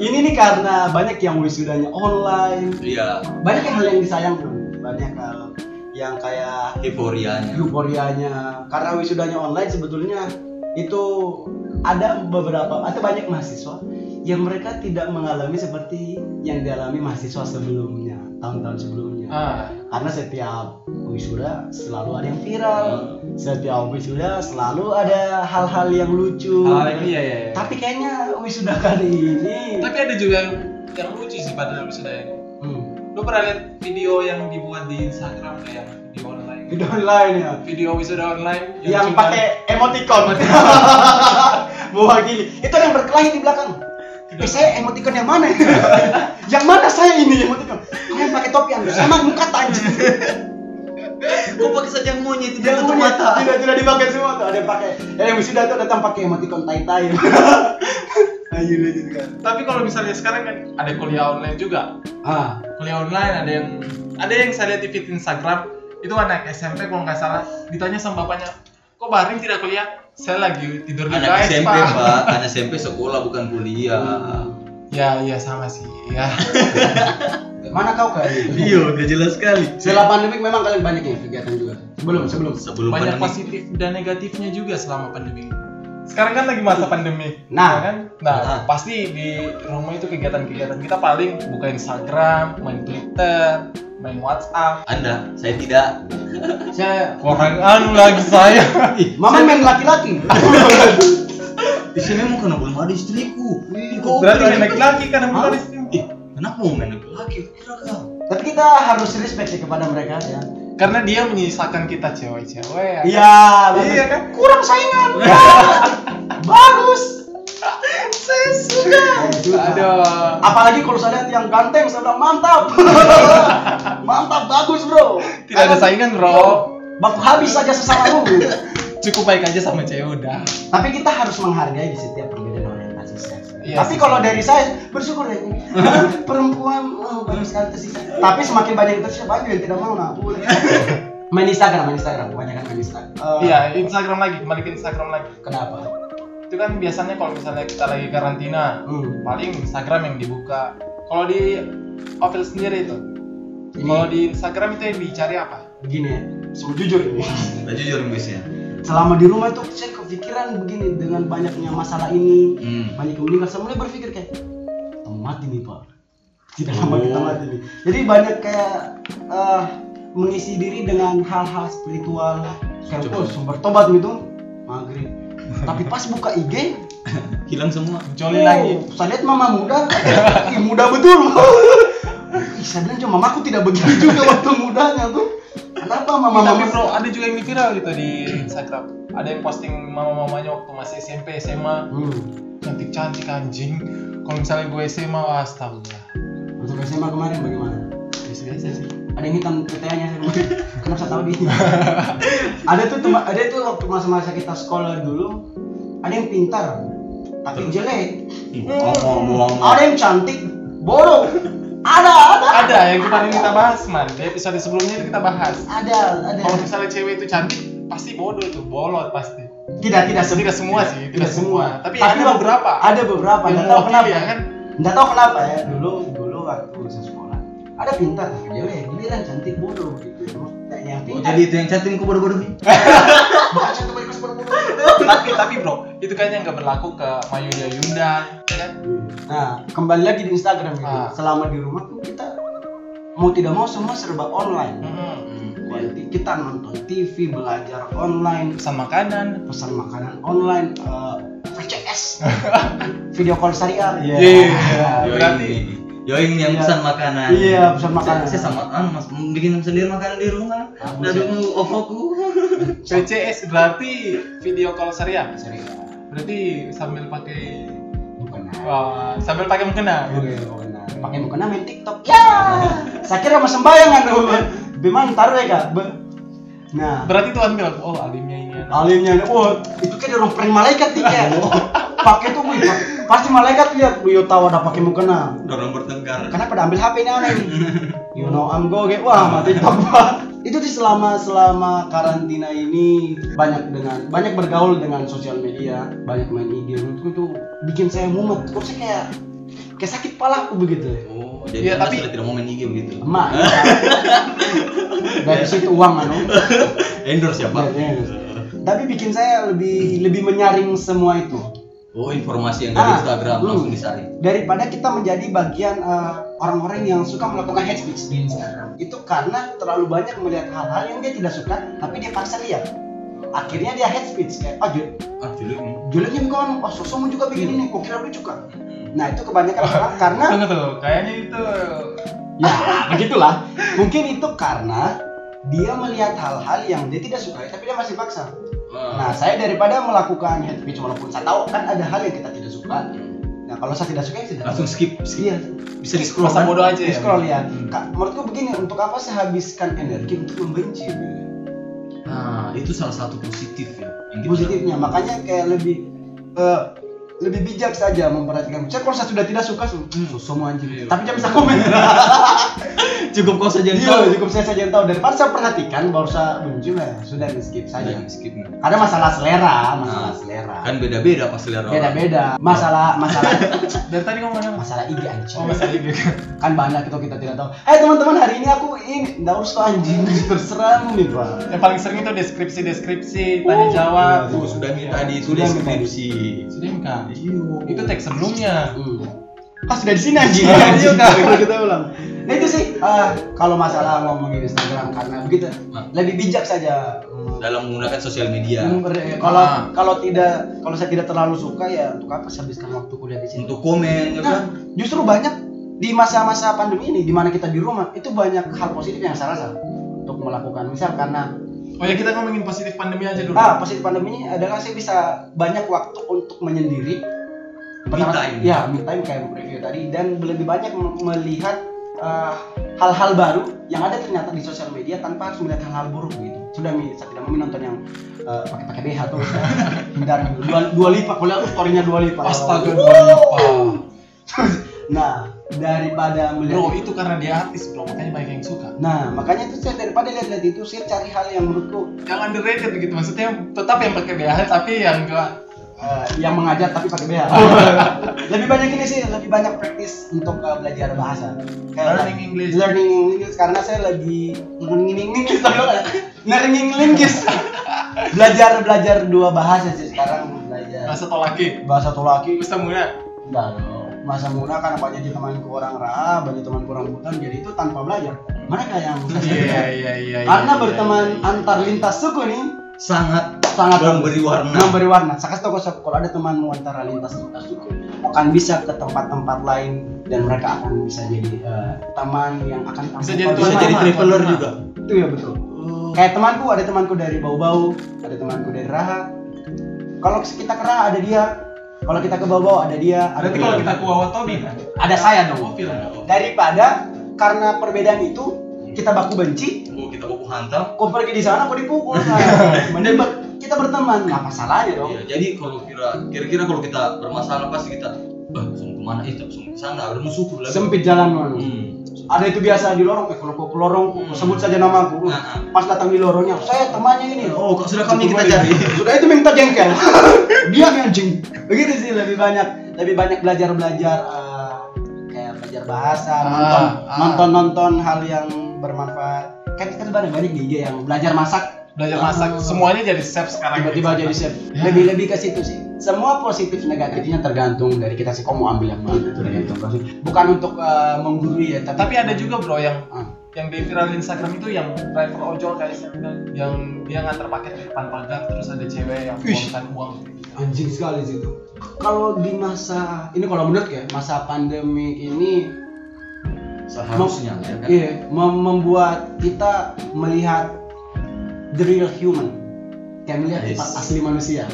ini nih karena banyak yang wisudanya online,
Iya,
banyak yang hal yang disayangkan, banyak hal yang kayak
euforianya.
euforianya. Karena wisudanya online sebetulnya itu ada beberapa atau banyak mahasiswa yang mereka tidak mengalami seperti yang dialami mahasiswa sebelumnya, tahun-tahun sebelumnya.
Ah,
Karena setiap wisuda selalu ada yang viral, setiap wisuda selalu ada hal-hal yang lucu.
hal yang iya ya.
Tapi kayaknya wisuda kali ini.
Tapi ada juga yang, yang lucu sih pada wisuda ini.
Hmm.
Lu pernah lihat video yang dibuat di Instagram kayak video online?
Video online ya.
Video wisuda online
Yang
cuman-
pakai emoticon. Mewakili. Itu yang berkelahi di belakang. Eh, saya emoticon yang mana? yang mana saya ini emoticon? Kalian pakai topi Anda sama muka anjing.
Kok pakai sajang monyet
Yang
tutup
punya- Tidak tidak dipakai semua tuh. Ada yang pakai. Ada yang wisuda tuh datang pakai emoticon tai-tai. Ayo lanjut kan.
Tapi kalau misalnya sekarang kan ada kuliah online juga.
Ah,
Kuliah online ada yang ada yang saya lihat di feed Instagram itu anak SMP kalau nggak salah ditanya sama bapaknya, kok Baring tidak kuliah? Saya lagi tidur di
Anak
guys,
SMP,
Pak."
Pak. Anak SMP sekolah bukan
Nah,
kuliah.
Ya iya sama sih. Ya.
Mana kau kali?
Iya, udah jelas sekali.
Setelah pandemik memang kalian banyak ya kegiatan juga. Sebelum sebelum.
Sebelum
Banyak
pandemi.
positif dan negatifnya juga selama pandemi. Sekarang kan lagi masa pandemi.
Nah.
ya kan? Nah,
Nah.
pasti di rumah itu kegiatan-kegiatan kita paling buka Instagram, main Twitter, main WhatsApp.
Anda, saya tidak.
Saya
Orang anu lagi saya.
Mama main laki-laki.
Di sini emang karena belum ada istriku. Ih, kok
Berarti
kira-
main laki-laki karena bukan di sini.
Ih, kenapa mau main laki-laki? Kira kau.
Tapi kita harus respect sih kepada mereka ya.
karena dia menyisakan kita cewek-cewek ya.
Iya,
Iya
bagus.
kan?
Kurang saingan. bagus.
saya suka aduh
Apalagi kalau saya lihat yang ganteng, saya bilang mantap. mantap, bagus bro.
tidak ada saingan bro
Baku habis saja sesamamu.
cukup baik aja sama cewek udah
Tapi kita harus menghargai di setiap perbedaan orientasi seks.
Iya
Tapi
sih.
kalau dari saya bersyukur ya. Perempuan oh, banyak sekali tersisa. Tapi semakin banyak yang tersisa banyak yang tidak mau nah. boleh. main Instagram, main Instagram, kebanyakan main Instagram. Eh,
iya Instagram lagi kembali ke Instagram lagi
Kenapa?
itu kan biasanya kalau misalnya kita lagi karantina
Hmm.
paling Instagram yang dibuka kalau di Opel sendiri itu
Ini-
kalau di Instagram itu yang dicari apa
Begini ya, semua jujur ini.
Nah, jujur guysnya.
Selama di rumah tuh saya kepikiran begini dengan banyaknya masalah ini,
Hmm.
banyak yang meninggal. Saya mulai berpikir kayak kita mati nih pak. Tidak lama
Oh.
kita mati nih. Jadi banyak kayak eh, mengisi diri dengan hal-hal spiritual. Kayak
Coba.
oh, sumber tobat gitu, maghrib. Tapi pas buka IG,
Hilang semua.
joli
oh,
lagi
Saya lihat mama muda, Ih, muda betul. Ih, saya bilang cuma mamaku tidak begitu juga waktu mudanya tuh. mama mama
tapi bro ada juga yang viral gitu di Instagram ada yang posting mama-mamanya waktu masih SMP SMA
hmm.
cantik cantik anjing kalau misalnya gue SMA wah astagfirullah
untuk SMA kemarin bagaimana
biasa sih
ada yang hitam tetenya saya rumah. kenapa saya tahu di ada tuh tempat ada tuh waktu masa-masa kita sekolah dulu ada yang pintar tapi
Terus?
jelek
Oh,
Hmm. Oh, Ngomong-ngomong.
ada yang cantik bodoh ada ada
ada yang kemarin kita bahas man di episode sebelumnya itu kita bahas
ada ada
kalau misalnya cewek itu cantik pasti bodoh tuh bolot pasti
tidak
Tidak,
tidak semua
semua sih, tidak, semua. Tapi, ada
waktu-
beberapa.
ada beberapa
Yang
nggak tahu
mewakili
kenapa
ya kan?
nggak tahu kenapa ya dulu dulu waktu saya sekolah ada pintar tapi jelek giliran cantik bodoh gitu Emang kayaknya yang
Oh,
pintar
jadi itu yang cantik kok bodoh-bodoh nih.
bukan cantik tapi pas bodoh
tapi tapi bro, itu kayaknya nggak berlaku ke Mayuya Yunda, ya kan?
Nah, kembali lagi di Instagram gitu.
Ah.
Selama di rumah tuh kita mau tidak mau semua serba online.
Mm-mm.
Quality kita nonton TV, belajar online,
Pesan makanan,
pesan makanan online, eh, VCS, video call syariah. Iya.
Iya. Nah, berarti-
Yoing, Yoing yang
Iya.
pesan makanan.
Iya, pesan makanan.
Saya, saya sama ah, Mas bikin sendiri makan di rumah.
Bagus,
Dari oh,
ya.
ovoku.
VCS berarti video call serial.
Syariah.
Berarti sambil pakai
Bukan. Nah.
wah, sambil pakai mukena. gitu.
Bukan, bukan. nah. Pakai mukena main TikTok. Ya. Saya kira mas sembayangan dulu. Bimang taruh ya kak. Be- Nah.
Berarti Tuhan bilang, oh alimnya ini. anak."
alimnya oh itu kayak dorong pering malaikat nih kayak pakai tuh wih pakai- pasti malaikat lihat wih tahu ada pakai mukena
Dorong bertengkar.
kenapa udah ambil HP nih orang you know I'm go kayak wah mati tambah itu sih selama selama karantina ini banyak dengan banyak bergaul dengan sosial media banyak main IG itu itu bikin saya mumet kok saya kayak kayak sakit pala aku begitu ya
Oh,
Iya,
jadi Anda
tapi-
sudah tidak mau main IG begitu.
emak ya. dari situ uang anu
Endorse ya, siapa?
Iya, iya. tapi bikin saya lebih lebih menyaring semua itu
Oh, informasi yang dari
Ah,
Instagram
hmm.
langsung disaring.
daripada kita menjadi bagian eh, orang-orang yang suka melakukan hate speech di Instagram itu karena terlalu banyak melihat hal-hal yang dia tidak suka tapi dia paksa lihat akhirnya dia hate speech kayak oh jul
Ah, dulu. hmm.
julidnya bukan oh sosokmu juga begini nih kok kira lucu kan nah itu kebanyakan orang karena
Tunggu tuh, kayaknya itu
ya begitulah mungkin itu karena dia melihat hal-hal yang dia tidak suka tapi dia masih paksa nah
Ah.
saya daripada melakukan hate speech walaupun saya tahu kan ada hal yang kita tidak suka nah kalau saya tidak suka ya tidak
Langsung
suka
skip, skip.
iya
Bisa di scroll.
masa bodoh aja
di
ya.
scroll ya.
Hmm.
Kak, menurutku begini, untuk apa saya habiskan energi untuk membenci?
Iya,
gitu?
Nah, itu salah satu positif ya. yang kita-
Positifnya, makanya kayak lebih eh, lebih bijak saja memperhatikan. Saya kalau saya sudah tidak suka, su- hmm, semua anjing.
Iya.
Tapi jangan bisa komen.
Cukup kau saja yang
Iya,
tahu.
cukup saya saja yang tahu. Daripada saya perhatikan, baru saya benci, ya sudah di skip
Saja
saja.
yang skip.
Ada masalah selera, masalah
Nah,
selera.
Iya. Kan beda-beda pas selera. orang.
Beda-beda. Masalah masalah
Dari tadi kamu ngomong
masalah IG anjing.
Oh, masa ini
kan banyak itu kita tidak tahu. Eh teman-teman hari ini aku ini nggak usah anjing terserah nih pak.
Yang paling sering itu deskripsi-deskripsi, tanya jawab.
Iya,
Aku sudah minta di
Sudah
tulis
minta.
skripsi.
Sudah enggak?
Iya.
Itu teks sebelumnya.
Hmm. Ah sudah di sini aja.
Iya, iya, Kak.
kita ulang. Nah itu sih ah, kalau masalah ngomongin Instagram karena begitu
Nah. Iya.
lebih bijak saja.
dalam menggunakan sosial media
Hmm, ber- Kalau
Ah.
kalau tidak kalau saya tidak terlalu suka ya untuk apa saya habiskan waktu kuliah di sini.
untuk komen ya kan
Nah, justru banyak di masa-masa pandemi ini di mana kita di rumah itu banyak hal positif yang saya rasa untuk melakukan misal karena
Oh ya kita ngomongin positif pandemi aja dulu.
ah positif pandemi ini adalah saya bisa banyak waktu untuk menyendiri
me time
ya me time kayak review tadi dan lebih banyak m- melihat eh, hal-hal baru yang ada ternyata di sosial media tanpa harus melihat hal-hal buruk gitu sudah mi saya tidak mau nonton yang eh, pakai-pakai BH atau hindar dua, dua lipat kuliah aku storynya dua lipat
Astaga,
Wow.
dua lipat.
nah daripada melihat
Bro, itu karena dia artis, bro. Makanya banyak yang suka.
nah makanya itu saya daripada lihat-lihat itu saya cari hal yang menurutku
Yang underrated gitu. Maksudnya tetap yang pakai BH tapi yang enggak
eh, yang mengajar tapi pakai BH
Oh.
lebih banyak ini sih lebih banyak praktis untuk eh, belajar bahasa Kayak-
learning English.
learning English karena saya lagi learning English tau nggak? learning English belajar belajar dua bahasa sih sekarang belajar
Bahasa tolaki.
bahasa Tulaki
Bahasa Muna.
enggak dong bahasa Muna karena banyak ditemanku orang Raha banyak teman orang Butan jadi itu tanpa belajar mereka yang
Iya, iya, iya.
karena
iya,
berteman
iya, iya.
antar lintas suku nih
sangat
sangat
memberi warna
memberi warna saya kasih tau kosong kalau ada temanmu antara lintas lintas suku akan bisa ke tempat-tempat lain dan mereka akan bisa jadi eh, teman yang akan
Bisa
tampil-
jadi
bisa
Warna
jadi
apa?
traveler
Warna.
juga
itu ya betul
oh
kayak temanku ada temanku dari bau-bau ada temanku dari raha kalau kita ke raha ada dia kalau kita ke bau-bau ada dia ada
Berarti
dia.
kalau kita ke Wawa Tobi kan?
ada saya dong Wak.
Film dong.
daripada karena perbedaan itu kita baku benci
Oh, kita kuku hantam.
kau pergi di sana kau dipukul Nah, mending ber- kita berteman nggak masalahnya dong
Iya, jadi kalau kira kira-kira kalau kita bermasalah pasti kita bah, langsung kemana itu, langsung ke sana, udah musuh lagi.
sempit jalan man.
Hmm.
ada itu biasa di lorong eh kalau kau ke lorong
Hmm.
sebut saja nama aku
Nah, ah.
pas datang di lorongnya saya temannya ini
Oh, kok sudah kami kita
Cukup
cari.
aja. sudah itu minta jengkel dia yang anjing begitu sih lebih banyak lebih banyak belajar belajar kayak belajar bahasa
Ah,
nonton
ah.
nonton nonton hal yang bermanfaat kan kan banyak banyak di IG yang belajar masak
Belajar masak,
Oh.
semuanya jadi chef sekarang.
tiba-tiba jadi chef lebih lebih ke situ sih semua positif negatifnya tergantung dari kita sih kau mau ambil yang mana tergantung kau sih. bukan untuk eh, menggurui ya tapi,
Tapi ada juga bro yang
Ah.
yang di viral di Instagram itu yang driver ojol kayak saya bilang. yang dia nganter paket di depan pagar terus ada cewek yang
Ih.
buangkan uang.
anjing sekali sih itu kalau di masa ini kalau menurut ya masa pandemi ini
Seharusnya ya kan.
Iya, mem- membuat kita melihat the real human. Kayak melihat
Yes.
sifat asli manusia.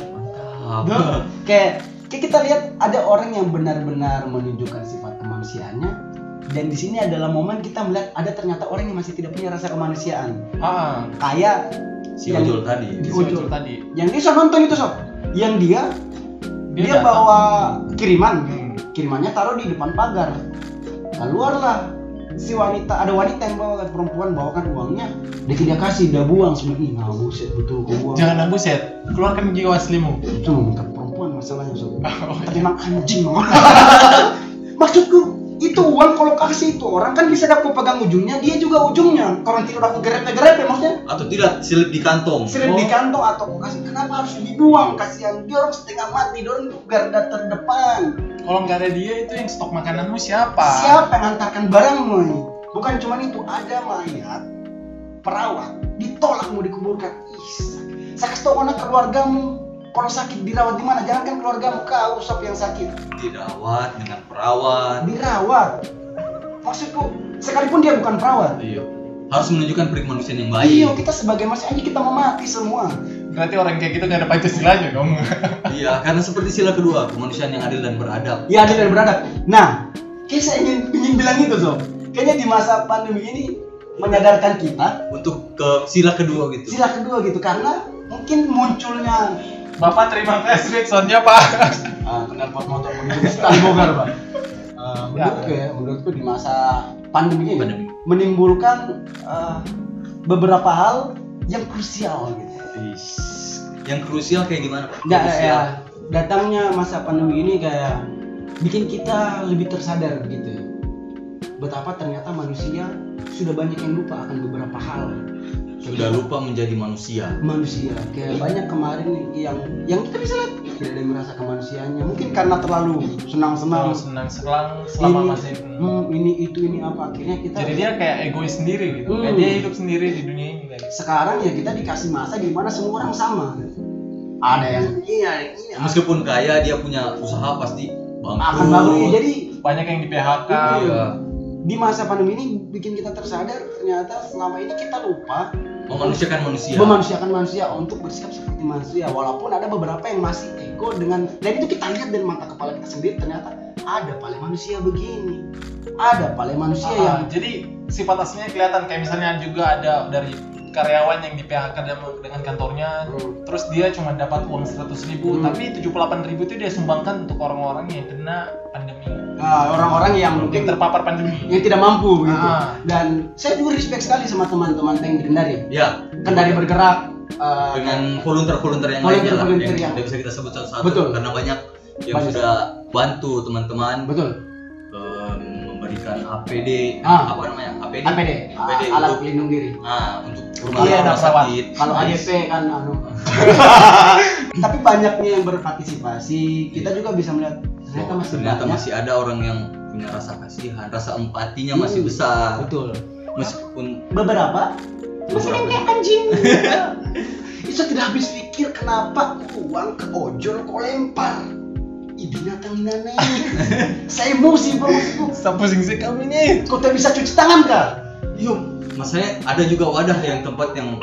Mantap.
Kayak kayak kita lihat ada orang yang benar-benar menunjukkan sifat kemanusiaannya dan di sini adalah momen kita melihat ada ternyata orang yang masih tidak punya rasa kemanusiaan.
Ah,
Kayak
Si
Yang-
ojol tadi.
si
Ojol.
ojol tadi.
yang dia sob, nonton itu sob, yang dia dia,
datang.
bawa kiriman,
Hmm.
kirimannya taruh di depan pagar. Keluarlah si wanita, ada wanita yang bawa perempuan bawakan uangnya, dia tidak kasih, dia buang semua. Ih, nah, buset betul, gua buang.
Jangan aku set, keluarkan jiwa aslimu.
itu bukan perempuan masalahnya sob.
Oh, iya.
Tapi emang anjing mau. Maksudku itu uang kalau kasih itu orang kan bisa dapat pegang ujungnya, dia juga ujungnya. Kalau tidak aku gerepet-gerepet maksudnya
Atau tidak silip di kantong.
sering
Oh.
di kantong atau kau kasih kenapa harus dibuang kasihan dia orang setengah mati dia orang garda terdepan
Kalau nggak ada dia itu yang stok makananmu siapa?
Siapa yang antarkan barangmu ini? Bukan cuma itu, ada mayat perawat ditolak mau dikuburkan. Ih, sakit. Saya kasih tahu anak keluargamu. Kalau sakit dirawat di mana? Jangan kan keluargamu kau sob yang sakit.
Dirawat dengan perawat.
Dirawat. Maksudku, sekalipun dia bukan perawat.
Iya. Harus menunjukkan perikemanusiaan yang baik.
Iya, kita sebagai manusia aja kita mau mati semua.
Berarti orang kayak gitu nggak ada Pancasilanya dong.
Iya, karena seperti sila kedua, kemanusiaan yang adil dan beradab.
Ya adil dan beradab. Nah, kayak saya ingin, ingin bilang itu sob. Kayaknya di masa pandemi ini menyadarkan kita
Untuk ke sila kedua gitu.
sila kedua gitu karena mungkin munculnya
Bapak terima flashback soundnya pak.
Ah, kenalpot motor menuju ke setan Bogor, Pak. Ah,
Ya.
menurutku ya, menurutku di masa pandemi ini
Pandemi.
menimbulkan ah, beberapa hal yang krusial gitu.
Yang krusial kayak gimana Pak?
Nggak, ya,
Krusial.
datangnya masa pandemi ini kayak bikin kita lebih tersadar gitu. Betapa ternyata manusia sudah banyak yang lupa akan beberapa hal.
Sudah lupa Iya. menjadi manusia.
manusia kayak banyak kemarin yang yang kita bisa lihat tidak ada yang merasa kemanusiaannya mungkin karena terlalu senang-senang
Senang
Iya.
senang selang selama
Ini-
masih.
hmm, ini itu ini apa akhirnya kita
Jadi dia kayak egois sendiri gitu. Kayak
Hmm.
dia hidup sendiri di dunia ini guys.
sekarang ya kita dikasih masa di mana semua orang sama ada yang iya iya
Meskipun kaya, dia punya usaha pasti bangkrut.
akan bangun ya. jadi
Banyak yang di PHK.
Iya.
di masa pandemi ini bikin kita tersadar ternyata selama ini kita lupa
Memanusiakan
Iya.
manusia.
memanusiakan manusia untuk bersikap seperti manusia walaupun ada beberapa yang masih ego dengan dan itu kita lihat dari mata kepala kita sendiri ternyata ada paling manusia begini ada paling manusia
Ah,
yang
jadi sifat aslinya kelihatan kayak misalnya juga ada dari karyawan yang di PHK dengan- dengan kantornya terus dia cuma dapat uang 100.000 ribu
Hmm.
tapi 78.000 ribu itu dia sumbangkan untuk orang-orang yang kena pandemi
Ah, orang-orang yang
yang
mungkin
terpapar pandemi
yang tidak mampu gitu.
Ah.
Dan saya juga respect sekali sama teman-teman yang di Kendari.
Ya,
Kendari bergerak eh,
dengan volunteer-volunteer yang lainnya lah.
Volunteer-volunteer
Yang
yang-
tidak bisa kita sebut satu-satu.
Betul.
Karena banyak yang
Banyak.
sudah bantu teman-teman
betul.
eh, memberikan APD,
Ah.
apa namanya? APD.
APD,
APD
Ah, alat
untuk-
pelindung diri.
Nah, untuk
Kalau
rumah
ada
rumah
perawat,
sakit.
Kalau
Yes.
ADP kan anu. Tapi banyaknya yang berpartisipasi, kita juga bisa melihat ternyata masih
Oh, ternyata
banyak.
masih ada orang yang punya rasa kasihan, rasa empatinya masih
Hmm.
besar.
Betul.
Meskipun
Beberapa masih
Beberapa.
kayak anjing. Itu tidak habis pikir kenapa uang ke ojol kau lempar. Ih binatang ini aneh. Saya emosi bro maksudku.
saya pusing sih kami nih
Kau tak bisa cuci tangan kah?
yuk, masalahnya ada juga wadah yang tempat yang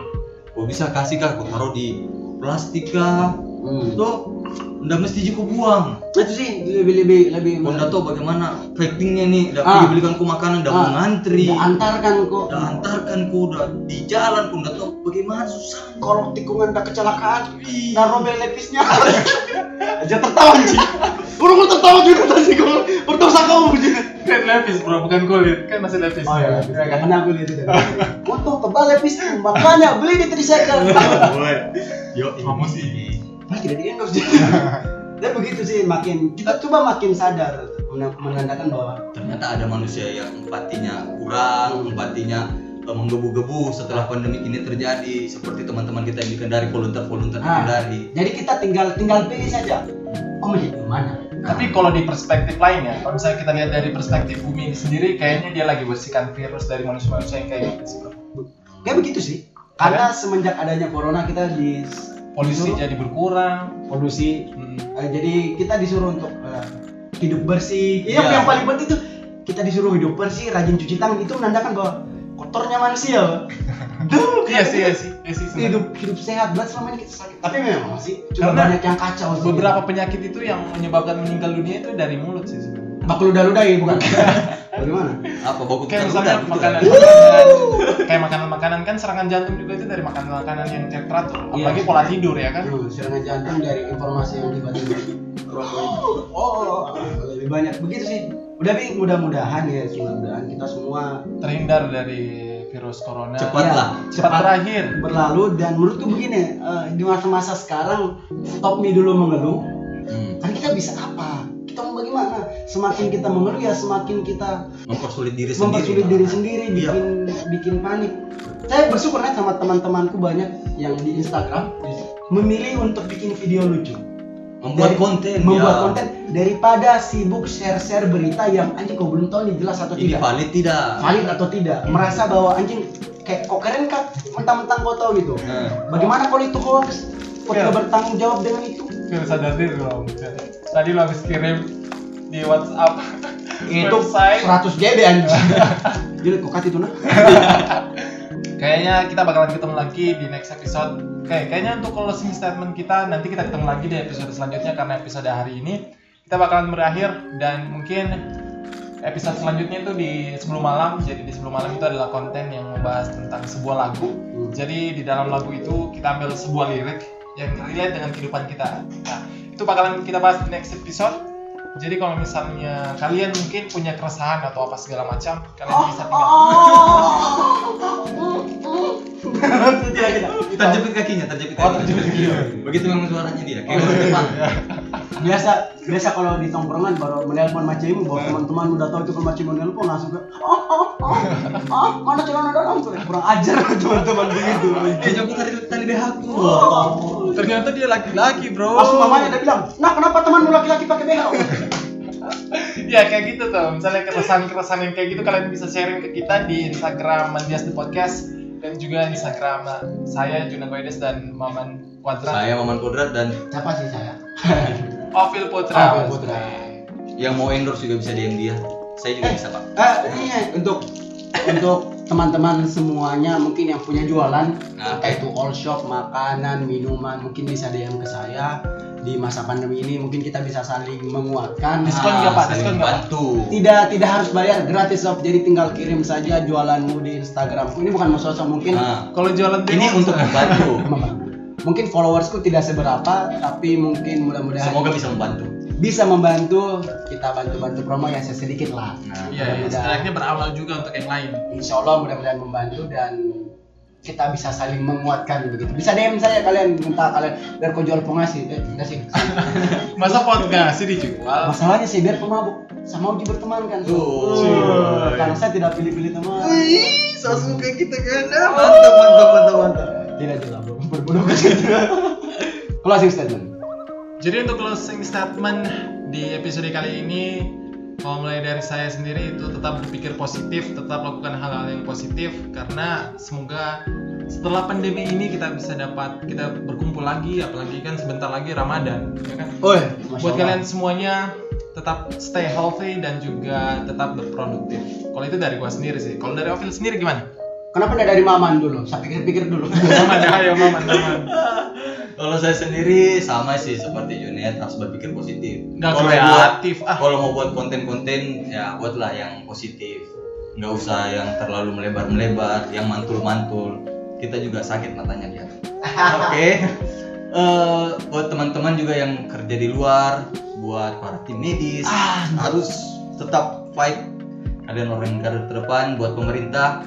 kau bisa kasih kah kau taruh di plastik kah
Hmm.
Tuh, ndak mesti juga buang
Itu sih lebih lebih lebih
kau ndak tahu bagaimana fightingnya nih ndak
Ah.
pergi belikan ku makanan ndak
Ah.
mau ngantri
Udah antarkan kok.
ndak antarkan ku ndak di jalan ku ndak tahu bagaimana susah
Kalau tikungan ada kecelakaan,
Ih.
dan robel lepisnya. Aja tertawa anjing. Burung gua tertawa juga tadi gua. Berdosa kamu anjing.
Kan lepis bro, bukan kulit. Kan masih lepis.
Oh ya,
Iya kan?
karena aku lihat itu. Untung tebal lepisnya, makanya beli di Tricycle.
yo
Kamu sih.
Nah, tidak diendorse juga. Dan begitu sih makin kita coba makin sadar men- menandakan bahwa
ternyata ada manusia yang empatinya kurang, empatinya eh, menggebu-gebu setelah pandemi ini terjadi seperti teman-teman kita yang di Kendari, volunteer-volunteer di
Ah.
Kendari.
jadi kita tinggal tinggal pilih saja. Kau mau jadi yang mana?
Tapi kalau di perspektif lainnya, kalau misalnya kita lihat dari perspektif bumi ini sendiri, kayaknya dia lagi bersihkan virus dari manusia-manusia yang kayak gitu sih bro.
Kayak begitu sih. Karena semenjak adanya corona kita di
Polusi
disuruh-
jadi berkurang.
polusi.
Hmm.
eh, jadi kita disuruh untuk eh, hidup bersih. Iya,
Iya.
yang paling penting itu kita disuruh hidup bersih, rajin cuci tangan itu menandakan bahwa kotornya manusia. Duh,
Iya sih, iya sih, iya sih. sebenarnya.
hidup hidup sehat banget selama ini kita sakit. Tapi memang sih cuma
Karena
banyak yang kacau sih.
Beberapa penyakit itu yang menyebabkan meninggal dunia itu dari mulut sih sebenarnya.
bak ludah ludah ya bukan bagaimana
Nah, Apa baku
Kayak misalnya
terludah gitu
makanan,
ya?
makanan kayak makanan-makanan kan serangan jantung juga itu dari makanan-makanan yang tidak teratur. Apalagi
Iya.
pola tidur ya kan.
Aduh, serangan jantung dari informasi yang tiba-tiba oh, oh, lebih banyak begitu sih udah Bing, mudah-mudahan ya mudah-mudahan kita semua
Terhindar dari virus corona.
Cepat
Ya,
lah.
Cepat terakhir.
berlalu dan menurutku begini eh, di masa-masa sekarang stop me dulu mengeluh
Hmm,
kan kita bisa apa kita mau bagaimana semakin kita mengeluh ya semakin kita
mempersulit diri sendiri.
mempersulit diri sendiri
Iya.
bikin bikin panik saya bersyukur Nat, sama teman-temanku banyak yang di Instagram
Iya.
memilih untuk bikin video lucu Dari-
Membuat konten
membuat
ya.
konten daripada sibuk share-share berita yang anjing kau belum tahu nih jelas atau
Ini
tidak
valid tidak?
valid atau tidak merasa bahwa anjing kayak kok keren kan mentang-mentang kau tahu gitu
Nah,
bagaimana kalau itu hoax kau
Iya.
tidak bertanggung jawab dengan itu
Virus sadar diri loh. Tadi lo habis kirim di WhatsApp.
itu
website.
100 GB anjing jadi kok kat itu nah
Kayaknya kita bakalan ketemu lagi di next episode. Oke, kayaknya untuk closing statement kita nanti kita ketemu lagi di episode selanjutnya karena episode hari ini kita bakalan berakhir dan mungkin episode selanjutnya itu di sebelum malam. Jadi di sebelum malam itu adalah konten yang membahas tentang sebuah lagu. Jadi di dalam lagu itu kita ambil sebuah lirik yang relate dengan kehidupan kita. Nah, itu bakalan kita bahas di next episode. Jadi kalau misalnya kalian mungkin punya keresahan atau apa segala macam, kalian
Oh,
bisa tinggal.
tidak tidak
terjepit kakinya, terjepit
Oh,
kakinya.
terjepit kakinya.
Begitu memang suaranya dia. Kayak
Oh,
orang Jepang.
iya. biasa biasa kalau di tongkrongan baru menelpon macemu baru teman-teman udah tahu itu kan macemu nelpon langsung ke oh oh oh oh mana celana dalam tuh kurang ajar teman-teman begitu
Eh, Joko tadi tadi BH aku.
Oh.
Ternyata dia laki-laki, bro.
langsung mamanya udah bilang nah kenapa temanmu laki-laki pakai BH
Ya kayak gitu tuh. Misalnya keresahan-keresahan yang kayak gitu kalian bisa sharing ke kita di Instagram Mandias the Podcast dan juga Instagram uh, saya Juna Koides dan Maman Quadrat.
Saya Maman Kodrat dan
siapa sih saya
Ovil Oh, Putra.
Ovil Putra.
yang mau endorse juga bisa DM dia. Saya juga bisa, Pak.
eh iya untuk untuk teman-teman semuanya mungkin yang punya jualan
Nah,
entah itu all shop makanan minuman mungkin bisa DM ke saya di masa pandemi ini mungkin kita bisa saling menguatkan Ah,
Diskon nggak, Pak?
Ah, saling
Diskon nggak, Pak?
bantu.
tidak tidak harus bayar gratis sob jadi tinggal kirim saja jualanmu di Instagram ini bukan mau sosok mungkin
Nah,
Kalau jualan
ini
timun,
untuk membantu.
membantu. mungkin followersku tidak seberapa tapi mungkin mudah-mudahan
Semoga bisa membantu.
bisa membantu kita bantu-bantu promo ya sedikit lah
Nah,
Iya, ya, setidaknya beramal juga untuk yang lain.
Insya Allah mudah-mudahan membantu dan kita bisa saling menguatkan begitu bisa DM saya kalian minta kalian biar kau jual pengasih eh, enggak sih
Masa
Iya.
podcast sih dijual?
masalahnya sih biar pemabuk sama uji berteman kan
Ah. Tuh. iya.
Uh, karena saya tidak pilih-pilih teman
Sasuke
gitu
kita
kan.
kena mantap mantap mantap mantap.
tidak jelas bro berbodoh closing statement
Jadi untuk closing statement di episode kali ini kalau mulai dari saya sendiri itu tetap berpikir positif, tetap lakukan hal-hal yang positif karena semoga setelah pandemi ini kita bisa dapat kita berkumpul lagi apalagi kan sebentar lagi Ramadan ya kan.
Oi,
Buat kalian semuanya tetap stay healthy dan juga tetap berproduktif. Kalau itu dari gua sendiri sih. Kalau dari Ovil sendiri gimana? ya?
Kenapa tidak dari Maman dulu? Saya pikir-pikir dulu.
Maman ayo Maman Maman.
Kalau saya sendiri sama sih seperti Junet harus berpikir positif.
Nggak
Kalau buat-
kreatif ah.
Kalau mau buat konten-konten ya buatlah yang positif. Nggak usah yang terlalu melebar-melebar, yang mantul-mantul. Kita juga sakit matanya lihat. Oke. Eh, buat teman-teman juga yang kerja di luar, buat para tim medis
Ah,
harus tetap fight kalian orang garda terdepan buat pemerintah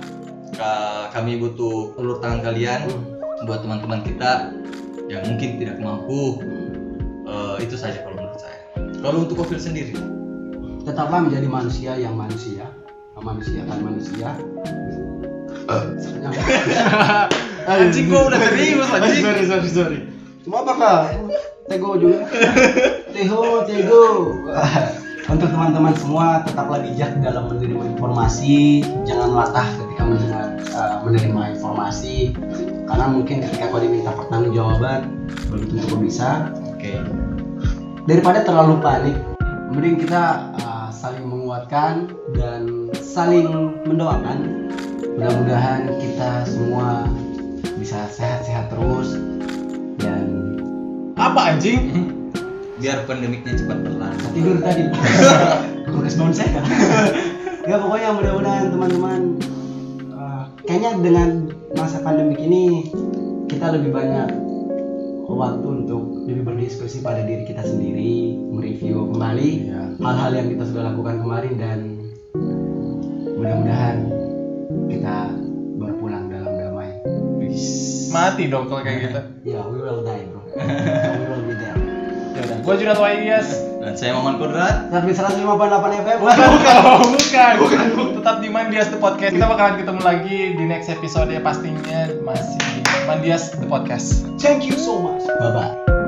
ka- kami butuh ulur tangan kalian
Hmm.
buat teman-teman kita yang mungkin tidak mampu Eh, itu saja kalau menurut saya kalau untuk covid sendiri
tetaplah menjadi manusia yang manusia memanusiakan manusia
Anjing gua udah serius anjing.
sorry sorry sorry cuma apa kak tego juga tego tego untuk teman-teman semua tetaplah bijak dalam menerima informasi jangan latah ketika mendengar eh, menerima informasi karena mungkin ketika kau diminta pertanggungjawaban belum tentu kau bisa
oke
daripada terlalu panik mending kita uh, saling menguatkan dan saling mendoakan mudah-mudahan kita semua bisa sehat-sehat terus dan
Apa anjing?
biar pandemiknya cepat berlalu
Saya tidur tadi Kukes bangun saya ya pokoknya mudah-mudahan teman-teman uh, kayaknya dengan masa pandemik ini kita lebih banyak waktu untuk lebih berdiskusi pada diri kita sendiri mereview kembali hal-hal yang kita sudah lakukan kemarin dan mudah-mudahan kita berpulang dalam damai.
Mati dong kalau kayak gitu.
Ya, we will die, bro. we will be there.
Ya udah, gua Junat Waidias.
dan saya Maman Kodrat
Tapi 158 FM.
Bukan, bukan, bukan. Tetap di Mandias The Podcast. Kita bakalan ketemu lagi di next episode pastinya masih di Mandias The Podcast.
Thank you so much. Bye bye.